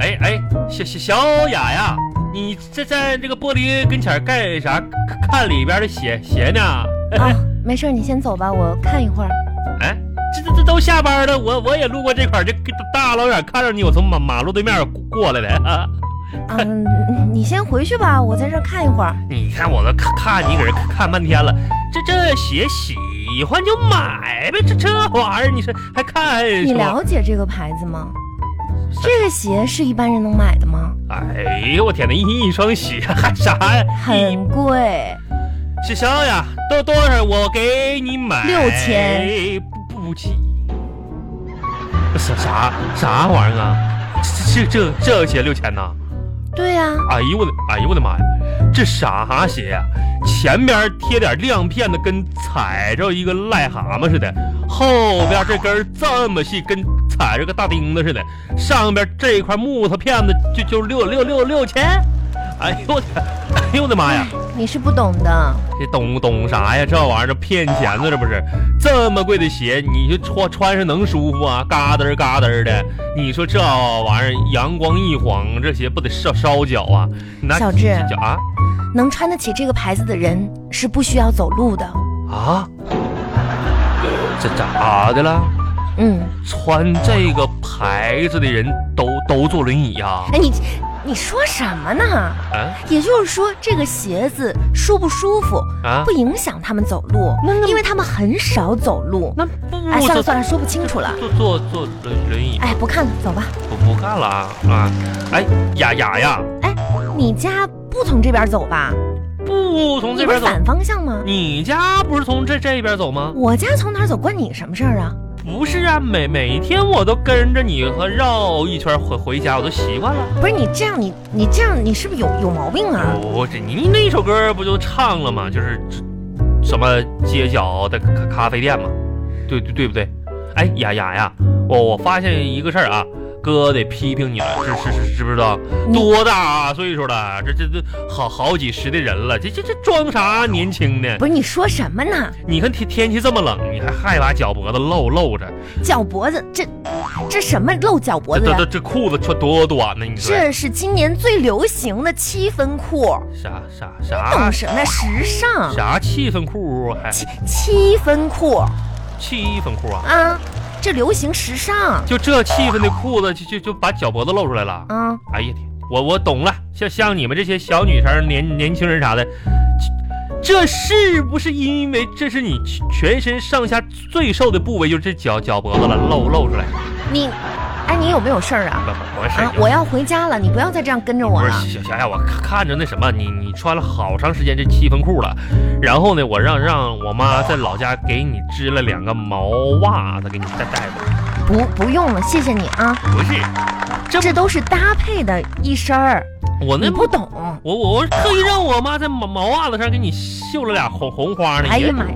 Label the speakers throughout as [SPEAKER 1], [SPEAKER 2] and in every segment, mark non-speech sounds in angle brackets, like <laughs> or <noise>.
[SPEAKER 1] 哎小小小雅呀，你这在这个玻璃跟前儿干啥？看里边的鞋鞋呢？
[SPEAKER 2] <laughs> 啊，没事儿，你先走吧，我看一会儿。
[SPEAKER 1] 哎，这这这都下班了，我我也路过这块儿，这大老远看着你，我从马马路对面过来的啊。
[SPEAKER 2] 嗯，你先回去吧，我在这儿看一会儿。
[SPEAKER 1] 你看我都看看你搁这看半天了，这这鞋喜欢就买呗，这这玩意儿你说还看
[SPEAKER 2] 你了解这个牌子吗？这个鞋是一般人能买的吗？
[SPEAKER 1] 哎呦我天哪，一一双鞋还啥呀？
[SPEAKER 2] 很贵，
[SPEAKER 1] 小小呀，多多少我给你买
[SPEAKER 2] 六千，
[SPEAKER 1] 不不起。啥啥啥玩意儿啊？这这这鞋六千呐？
[SPEAKER 2] 对呀、啊。
[SPEAKER 1] 哎呦我的哎呦我的妈呀！这啥鞋呀、前边贴点亮片子，跟踩着一个癞蛤蟆似的；后边这根这么细，跟踩着个大钉子似的；上边这块木头片子就就六六六六千。哎呦我的，哎呦我的妈呀！
[SPEAKER 2] 你是不懂的，
[SPEAKER 1] 这懂懂啥呀？这玩意儿骗钱呢，这不是？这么贵的鞋，你就穿穿上能舒服啊？嘎噔嘎噔的，你说这玩意儿阳光一晃，这鞋不得烧烧脚啊？那
[SPEAKER 2] 小智
[SPEAKER 1] 啊，
[SPEAKER 2] 能穿得起这个牌子的人是不需要走路的
[SPEAKER 1] 啊？这咋的了？
[SPEAKER 2] 嗯，
[SPEAKER 1] 穿这个牌子的人都都坐轮椅呀、啊？
[SPEAKER 2] 哎你。你说什么呢？
[SPEAKER 1] 啊，
[SPEAKER 2] 也就是说，这个鞋子舒不舒服
[SPEAKER 1] 啊，
[SPEAKER 2] 不影响他们走路，因为他们很少走路。
[SPEAKER 1] 那
[SPEAKER 2] 哎，算了算了，说不清楚了。
[SPEAKER 1] 坐坐坐轮轮椅。
[SPEAKER 2] 哎，不看了，走吧。
[SPEAKER 1] 我不看了啊啊！哎，雅雅呀！
[SPEAKER 2] 哎，你家不从这边走吧？
[SPEAKER 1] 不从这边走，
[SPEAKER 2] 反方向吗？
[SPEAKER 1] 你家不是从这这边走吗？
[SPEAKER 2] 我家从哪走关你什么事儿啊？
[SPEAKER 1] 不是啊，每每天我都跟着你和绕一圈回回家，我都习惯了。
[SPEAKER 2] 不是你这样，你你这样，你是不是有有毛病啊？
[SPEAKER 1] 我哦这你那首歌不就唱了吗？就是什么街角的咖咖啡店嘛，对对对不对？哎雅雅呀，我我发现一个事儿啊，哥得批评你了，是是是，知不知道？多大岁数了？这这这好好几十的人了，这这这装啥年轻呢？
[SPEAKER 2] 不是你说什么呢？
[SPEAKER 1] 你看天天气这么冷，你还还把脚脖子露露着？
[SPEAKER 2] 脚脖子这这什么露脚脖子
[SPEAKER 1] 这这这裤子穿多短呢？你说
[SPEAKER 2] 这是今年最流行的七分裤。
[SPEAKER 1] 啥啥啥？
[SPEAKER 2] 懂什么？时尚？
[SPEAKER 1] 啥七分裤？啊还
[SPEAKER 2] 七七分裤？
[SPEAKER 1] 七分裤啊？
[SPEAKER 2] 啊。这流行时尚，
[SPEAKER 1] 就这气氛的裤子，就就就把脚脖子露出来了。
[SPEAKER 2] 嗯，
[SPEAKER 1] 哎呀天，我我懂了，像像你们这些小女生、年年轻人啥的，这是不是因为这是你全身上下最瘦的部位，就是脚脚脖子了，露露出来？
[SPEAKER 2] 你，哎，你有没有事儿啊？
[SPEAKER 1] 我事
[SPEAKER 2] 啊，我要回家了，你不要再这样跟着我了。
[SPEAKER 1] 不是小哎霞呀，我看着那什么，你你穿了好长时间这七分裤了，然后呢，我让让我妈在老家给你织了两个毛袜子，给你再带吧。
[SPEAKER 2] 不，不用了，谢谢你啊。
[SPEAKER 1] 不是，这
[SPEAKER 2] 这都是搭配的一身儿。
[SPEAKER 1] 我那
[SPEAKER 2] 不懂，
[SPEAKER 1] 我我我特意让我妈在毛毛袜子上给你绣了俩红红花呢。
[SPEAKER 2] 哎呀妈呀！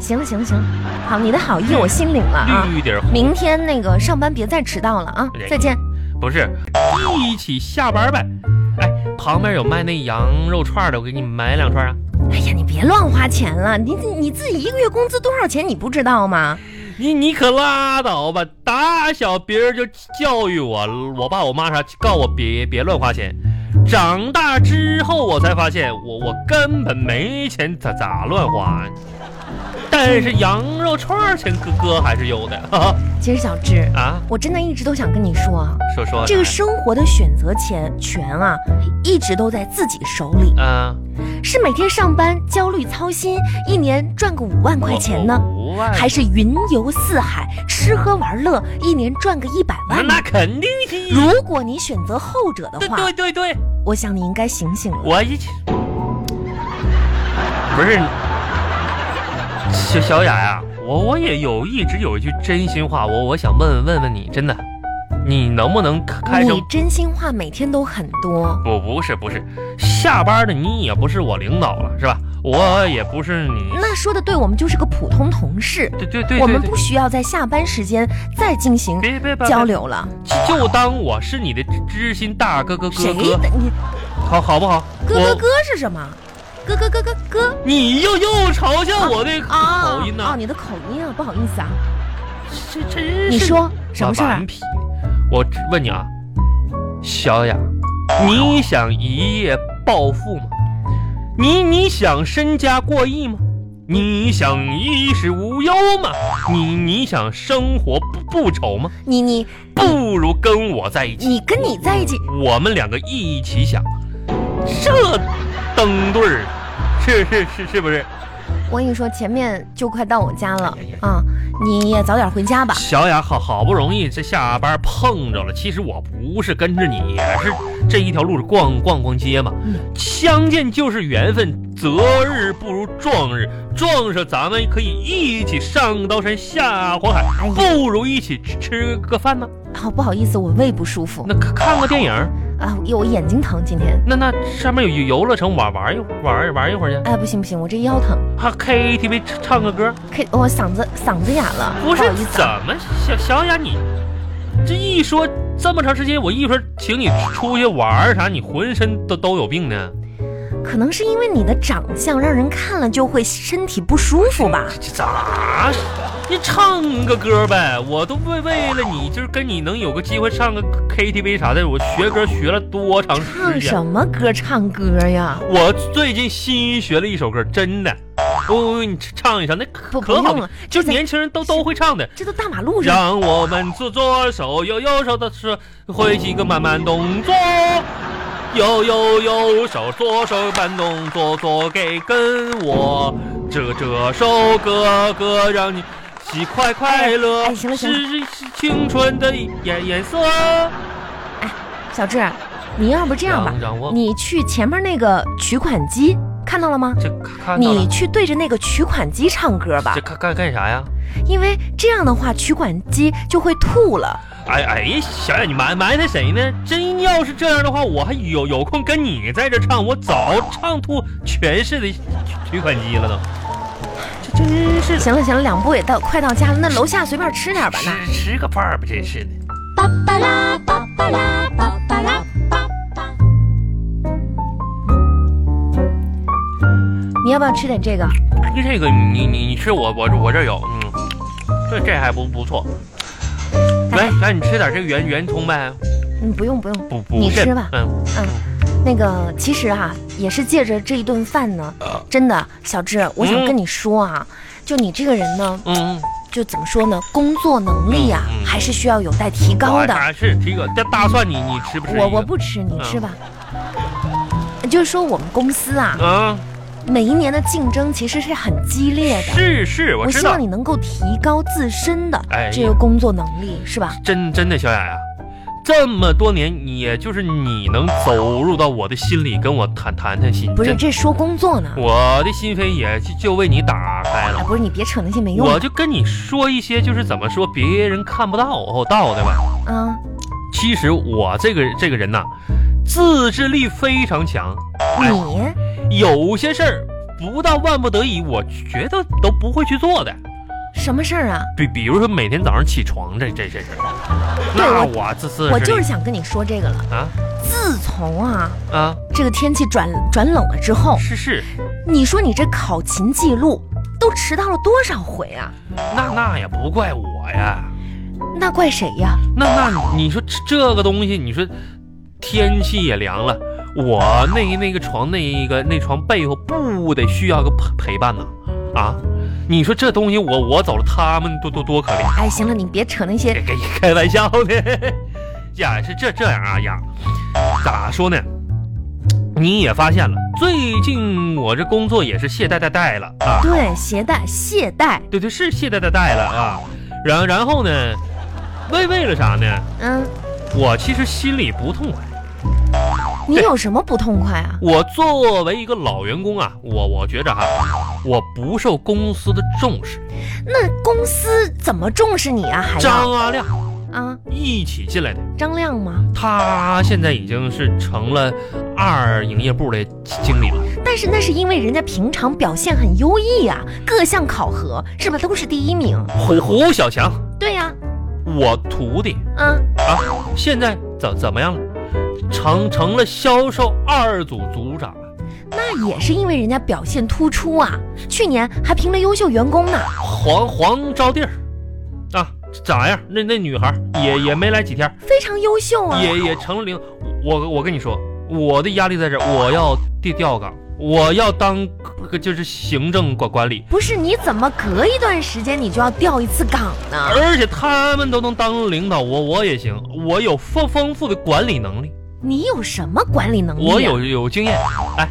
[SPEAKER 2] 行了行了行了，好，你的好意我心领了啊。
[SPEAKER 1] 绿点
[SPEAKER 2] 明天那个上班别再迟到了啊，再见。
[SPEAKER 1] 不是，一起下班呗。哎，旁边有卖那羊肉串的，我给你买两串啊。
[SPEAKER 2] 哎呀，你别乱花钱了，你你自己一个月工资多少钱你不知道吗？
[SPEAKER 1] 你你可拉倒吧！打小别人就教育我，我爸我妈啥告我别别乱花钱。长大之后我才发现我，我我根本没钱，咋咋乱花？但是羊肉串钱哥哥还是有的。啊、
[SPEAKER 2] 其实小智
[SPEAKER 1] 啊，
[SPEAKER 2] 我真的一直都想跟你说，啊
[SPEAKER 1] 说说
[SPEAKER 2] 这个生活的选择权权啊，一直都在自己手里。
[SPEAKER 1] 啊，
[SPEAKER 2] 是每天上班焦虑操心，一年赚个五万块钱呢，
[SPEAKER 1] 五万
[SPEAKER 2] 还是云游四海吃喝玩乐，一年赚个一百万？
[SPEAKER 1] 那肯定是。
[SPEAKER 2] 如果你选择后者的话，
[SPEAKER 1] 对对对对，
[SPEAKER 2] 我想你应该醒醒了。
[SPEAKER 1] 我一不是。小小雅呀、啊，我我也有一直有一句真心话，我我想问问问你，真的，你能不能开
[SPEAKER 2] 你真心话每天都很多。
[SPEAKER 1] 不不是不是，下班的你也不是我领导了，是吧？我也不是你。
[SPEAKER 2] 那说的对，我们就是个普通同事。
[SPEAKER 1] 对对,对对对，
[SPEAKER 2] 我们不需要在下班时间再进行
[SPEAKER 1] 别别
[SPEAKER 2] 交流了，
[SPEAKER 1] 就当我是你的知心大哥哥哥
[SPEAKER 2] 哥。你
[SPEAKER 1] 好好不好？
[SPEAKER 2] 哥哥哥是什么？哥哥哥哥哥，
[SPEAKER 1] 你又又嘲笑我的口音呢、啊
[SPEAKER 2] 啊？哦，你的口音啊，不好意思啊。
[SPEAKER 1] 这真是
[SPEAKER 2] 你说什么事儿、啊？
[SPEAKER 1] 我问你啊，小雅，你想一夜暴富吗？你你想身家过亿吗？你想衣食无忧吗？你你想生活不不愁吗？
[SPEAKER 2] 你你
[SPEAKER 1] 不如跟我在一起，
[SPEAKER 2] 你跟你在一起，
[SPEAKER 1] 我们两个一起想，这登对儿，是是是是不是？
[SPEAKER 2] 我跟你说，前面就快到我家
[SPEAKER 1] 哎
[SPEAKER 2] 了啊，你也早点回家吧。
[SPEAKER 1] 小雅好好不容易这下班碰着了，其实我不是跟着你，是这一条路是逛逛逛街嘛。
[SPEAKER 2] 嗯
[SPEAKER 1] 相见就是缘分，择日不如撞日，撞上咱们可以一起上刀山下火海，
[SPEAKER 2] 哎呀
[SPEAKER 1] 不如一起吃吃个饭呢。
[SPEAKER 2] 好啊不好意思，我胃不舒服
[SPEAKER 1] 那看看个电影，
[SPEAKER 2] 啊，我眼睛疼今天。
[SPEAKER 1] 那那上面有游乐城玩玩一玩玩一会儿去，啊
[SPEAKER 2] 哎，不行不行，我这腰疼，
[SPEAKER 1] 还 KTV 唱唱个歌。
[SPEAKER 2] 可以我嗓子嗓子哑了，
[SPEAKER 1] 不是
[SPEAKER 2] 好意思
[SPEAKER 1] 怎
[SPEAKER 2] 啊。
[SPEAKER 1] 么小小雅你这一说这么长时间，我一说请你出去玩儿啥，你浑身都都有病呢。
[SPEAKER 2] 可能是因为你的长相让人看了就会身体不舒服吧。
[SPEAKER 1] 这咋？你唱个歌呗，我都为为了你，就是跟你能有个机会上个 KTV 啥的，我学歌学了多长时
[SPEAKER 2] 唱
[SPEAKER 1] 间？
[SPEAKER 2] 什么歌？唱歌呀？
[SPEAKER 1] 我最近新学了一首歌，真的，我给你唱一下，那可
[SPEAKER 2] 不不
[SPEAKER 1] 可好
[SPEAKER 2] 用
[SPEAKER 1] 听
[SPEAKER 2] 了，，
[SPEAKER 1] 就
[SPEAKER 2] 这
[SPEAKER 1] 是
[SPEAKER 2] 在
[SPEAKER 1] 年轻人都都会唱的。
[SPEAKER 2] 这都大马路上。
[SPEAKER 1] 让我们左左手右右手的是挥起一个慢慢动作，右右右手左手慢动作，左给跟我这这首歌歌让你喜快快乐，
[SPEAKER 2] 哎哎行了行了
[SPEAKER 1] 是是青春的颜颜色。
[SPEAKER 2] 小志，你要不这样吧
[SPEAKER 1] 让，让我
[SPEAKER 2] 你去前面那个取款机，看到了吗？
[SPEAKER 1] 这看到
[SPEAKER 2] 你
[SPEAKER 1] 了，
[SPEAKER 2] 去对着那个取款机唱歌吧
[SPEAKER 1] 这，看干干啥呀？
[SPEAKER 2] 因为这样的话取款机就会吐了。
[SPEAKER 1] 哎哎呀，小冉，你埋埋汰谁呢？真要是这样的话，我还有有空跟你在这唱，我早唱吐全市的取款机了都。这真是
[SPEAKER 2] 行了行了，两步也到，快到家了，那楼下随便吃点吧。那
[SPEAKER 1] 吃吃个饭儿吧，真是的。
[SPEAKER 3] 巴巴拉巴巴拉巴巴拉巴巴。
[SPEAKER 2] 你要不要吃点这个？哎
[SPEAKER 1] 哎这个你你你吃我我我这有，嗯，这这还不不错。来，来你吃点这个圆圆葱呗，
[SPEAKER 2] 嗯，不用不用。
[SPEAKER 1] 不不，
[SPEAKER 2] 你吃吧
[SPEAKER 1] 嗯，
[SPEAKER 2] 那个其实啊，也是借着这一顿饭呢，真的，小志，我想
[SPEAKER 1] 呃嗯
[SPEAKER 2] 跟你说啊，就你这个人呢，
[SPEAKER 1] 嗯，
[SPEAKER 2] 就怎么说呢，工作能力呀、
[SPEAKER 1] 嗯嗯
[SPEAKER 2] 还是需要有待提高的。
[SPEAKER 1] 啊是这个，这大蒜你你吃不吃一个？嗯
[SPEAKER 2] 我我不吃，你吃吧。就是说，我们公司啊，
[SPEAKER 1] 啊，
[SPEAKER 2] 每一年的竞争其实是很激烈的。
[SPEAKER 1] 是是，我
[SPEAKER 2] 我
[SPEAKER 1] 知
[SPEAKER 2] 希
[SPEAKER 1] 道
[SPEAKER 2] 望。你能够提高自身的
[SPEAKER 1] 哎呀
[SPEAKER 2] 这个工作能力，是吧？
[SPEAKER 1] 真真的小雅呀，这么多年，你也就是你能走入到我的心里，跟我谈谈谈心。
[SPEAKER 2] 不是，
[SPEAKER 1] 真，
[SPEAKER 2] 这说工作呢。
[SPEAKER 1] 我的心扉也就就为你打开
[SPEAKER 2] 哎，
[SPEAKER 1] 了。
[SPEAKER 2] 不是，你别扯那些没用
[SPEAKER 1] 我
[SPEAKER 2] 的。
[SPEAKER 1] 就跟你说一些，就是怎么说别人看不到哦到的吧。
[SPEAKER 2] 啊，
[SPEAKER 1] 其实我这个这个人呐、自制力非常强。哎，
[SPEAKER 2] 你
[SPEAKER 1] 有些事儿不到万不得已，我觉得都不会去做的。
[SPEAKER 2] 什么事儿啊？
[SPEAKER 1] 比比如说每天早上起床这这这事儿，那我自自制力
[SPEAKER 2] 我就是想跟你说这个了。
[SPEAKER 1] 啊
[SPEAKER 2] 自从啊
[SPEAKER 1] 啊，
[SPEAKER 2] 这个天气转转冷了之后，
[SPEAKER 1] 是是。
[SPEAKER 2] 你说你这考勤记录都迟到了多少回啊？
[SPEAKER 1] 那那也不怪我呀，
[SPEAKER 2] 那怪谁呀？
[SPEAKER 1] 那那你说这这个东西，你说天气也凉了，我那那个床那一个那床被后不得需要个陪陪伴呐啊！你说这东西我我走了，他们多多多可怜，
[SPEAKER 2] 哎，行了，你别扯那些
[SPEAKER 1] 给给开玩笑的 <laughs> 呀，是这这样啊呀，咋说呢？你也发现了，最近我这工作也是懈怠怠怠了啊。
[SPEAKER 2] 对携带懈怠，
[SPEAKER 1] 对对，是懈怠的怠了啊。然然后呢，为为了啥呢？
[SPEAKER 2] 嗯，
[SPEAKER 1] 我其实心里不痛快。
[SPEAKER 2] 你有什么不痛快啊？
[SPEAKER 1] 我作为一个老员工啊，我我觉着哈、我不受公司的重视。
[SPEAKER 2] 那公司怎么重视你啊？还要
[SPEAKER 1] 张阿亮
[SPEAKER 2] 啊，
[SPEAKER 1] 一起进来的，
[SPEAKER 2] 张亮吗？
[SPEAKER 1] 他现在已经是成了二营业部的经理了。
[SPEAKER 2] 但是那是因为人家平常表现很优异啊，各项考核是吧都是第一名。
[SPEAKER 1] 胡胡小强，
[SPEAKER 2] 对呀、
[SPEAKER 1] 我徒弟
[SPEAKER 2] 嗯，
[SPEAKER 1] 啊，现在怎怎么样了？成成了销售二组组长了。
[SPEAKER 2] 那也是因为人家表现突出啊，去年还评了优秀员工呢。
[SPEAKER 1] 黄黄招娣儿啊，咋样？那那女孩也也没来几天，
[SPEAKER 2] 非常优秀啊。
[SPEAKER 1] 也也成了零。我我跟你说，我的压力在这儿，我要调调岗，我要当个就是行政管管理，
[SPEAKER 2] 不是，你怎么隔一段时间你就要调一次岗呢？
[SPEAKER 1] 而且他们都能当领导我，我也行，我有丰丰富的管理能力，
[SPEAKER 2] 你有什么管理能力、啊
[SPEAKER 1] 我，有有经验。哎，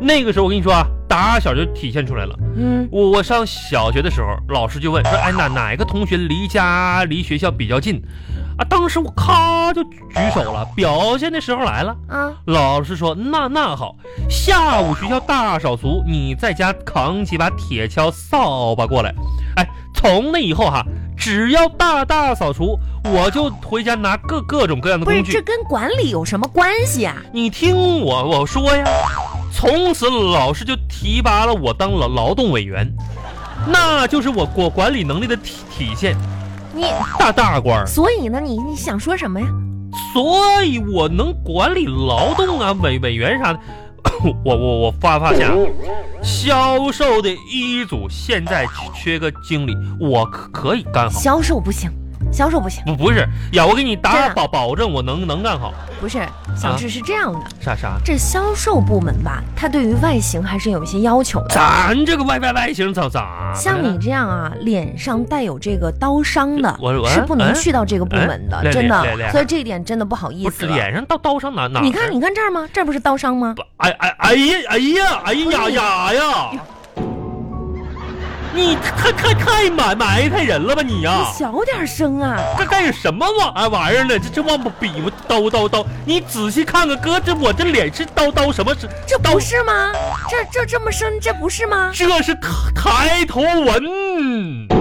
[SPEAKER 1] 那个时候我跟你说啊，打小就体现出来了。
[SPEAKER 2] 嗯，
[SPEAKER 1] 我我上小学的时候，老师就问说，哎哪哪个同学离家离学校比较近？啊，当时我咔就举手了，表现的时候来了。
[SPEAKER 2] 啊，
[SPEAKER 1] 老师说：“那那好，下午学校大扫除，你在家扛起把铁锹、扫把过来。”哎，从那以后哈，只要大大扫除，我就回家拿各各种各样的
[SPEAKER 2] 不是，
[SPEAKER 1] 工
[SPEAKER 2] 这
[SPEAKER 1] 具。
[SPEAKER 2] 跟管理有什么关系啊？
[SPEAKER 1] 你听我我说呀，从此老师就提拔了我当劳劳动委员，那就是我我管理能力的体体现，
[SPEAKER 2] 你，
[SPEAKER 1] 大大官儿。
[SPEAKER 2] 所以呢，你你想说什么呀？
[SPEAKER 1] 所以我能管理劳动啊、委委员啥的。 <coughs> 我我我发发现啊，销售的一组现在缺个经理，我可可以干好。
[SPEAKER 2] 销售不行，销售不行，
[SPEAKER 1] 不不是呀，我给你
[SPEAKER 2] 这
[SPEAKER 1] 打
[SPEAKER 2] 样
[SPEAKER 1] 保保证，我能能干好。
[SPEAKER 2] 不是，小智是这样的，
[SPEAKER 1] 啥啥？
[SPEAKER 2] 这销售部门吧，它对于外形还是有一些要求的。
[SPEAKER 1] 咱这个 Y Y Y 型咋咋？
[SPEAKER 2] 像你这样啊，脸上带有这个刀伤的
[SPEAKER 1] 我嗯我，
[SPEAKER 2] 是不能去到这个部门
[SPEAKER 1] 哎
[SPEAKER 2] 的
[SPEAKER 1] 哎，
[SPEAKER 2] 真
[SPEAKER 1] 来来来
[SPEAKER 2] 的。所以这一点真的不好意
[SPEAKER 1] 不
[SPEAKER 2] 思
[SPEAKER 1] 是
[SPEAKER 2] 了。
[SPEAKER 1] 脸上到刀上哪啊哪？
[SPEAKER 2] 你看，你看这儿吗？这儿不是刀伤吗？
[SPEAKER 1] 哎哎哎呀哎呀哎呀呀呀！你太太太埋埋汰人了吧你呀、
[SPEAKER 2] 你小点声啊！
[SPEAKER 1] 这干什么玩玩意儿呢？这这往比划叨叨叨，你仔细看看哥，这我这脸是叨叨什么是？
[SPEAKER 2] 这
[SPEAKER 1] 刀
[SPEAKER 2] 不是吗？这这这么深，这不是吗？
[SPEAKER 1] 这是抬抬头纹。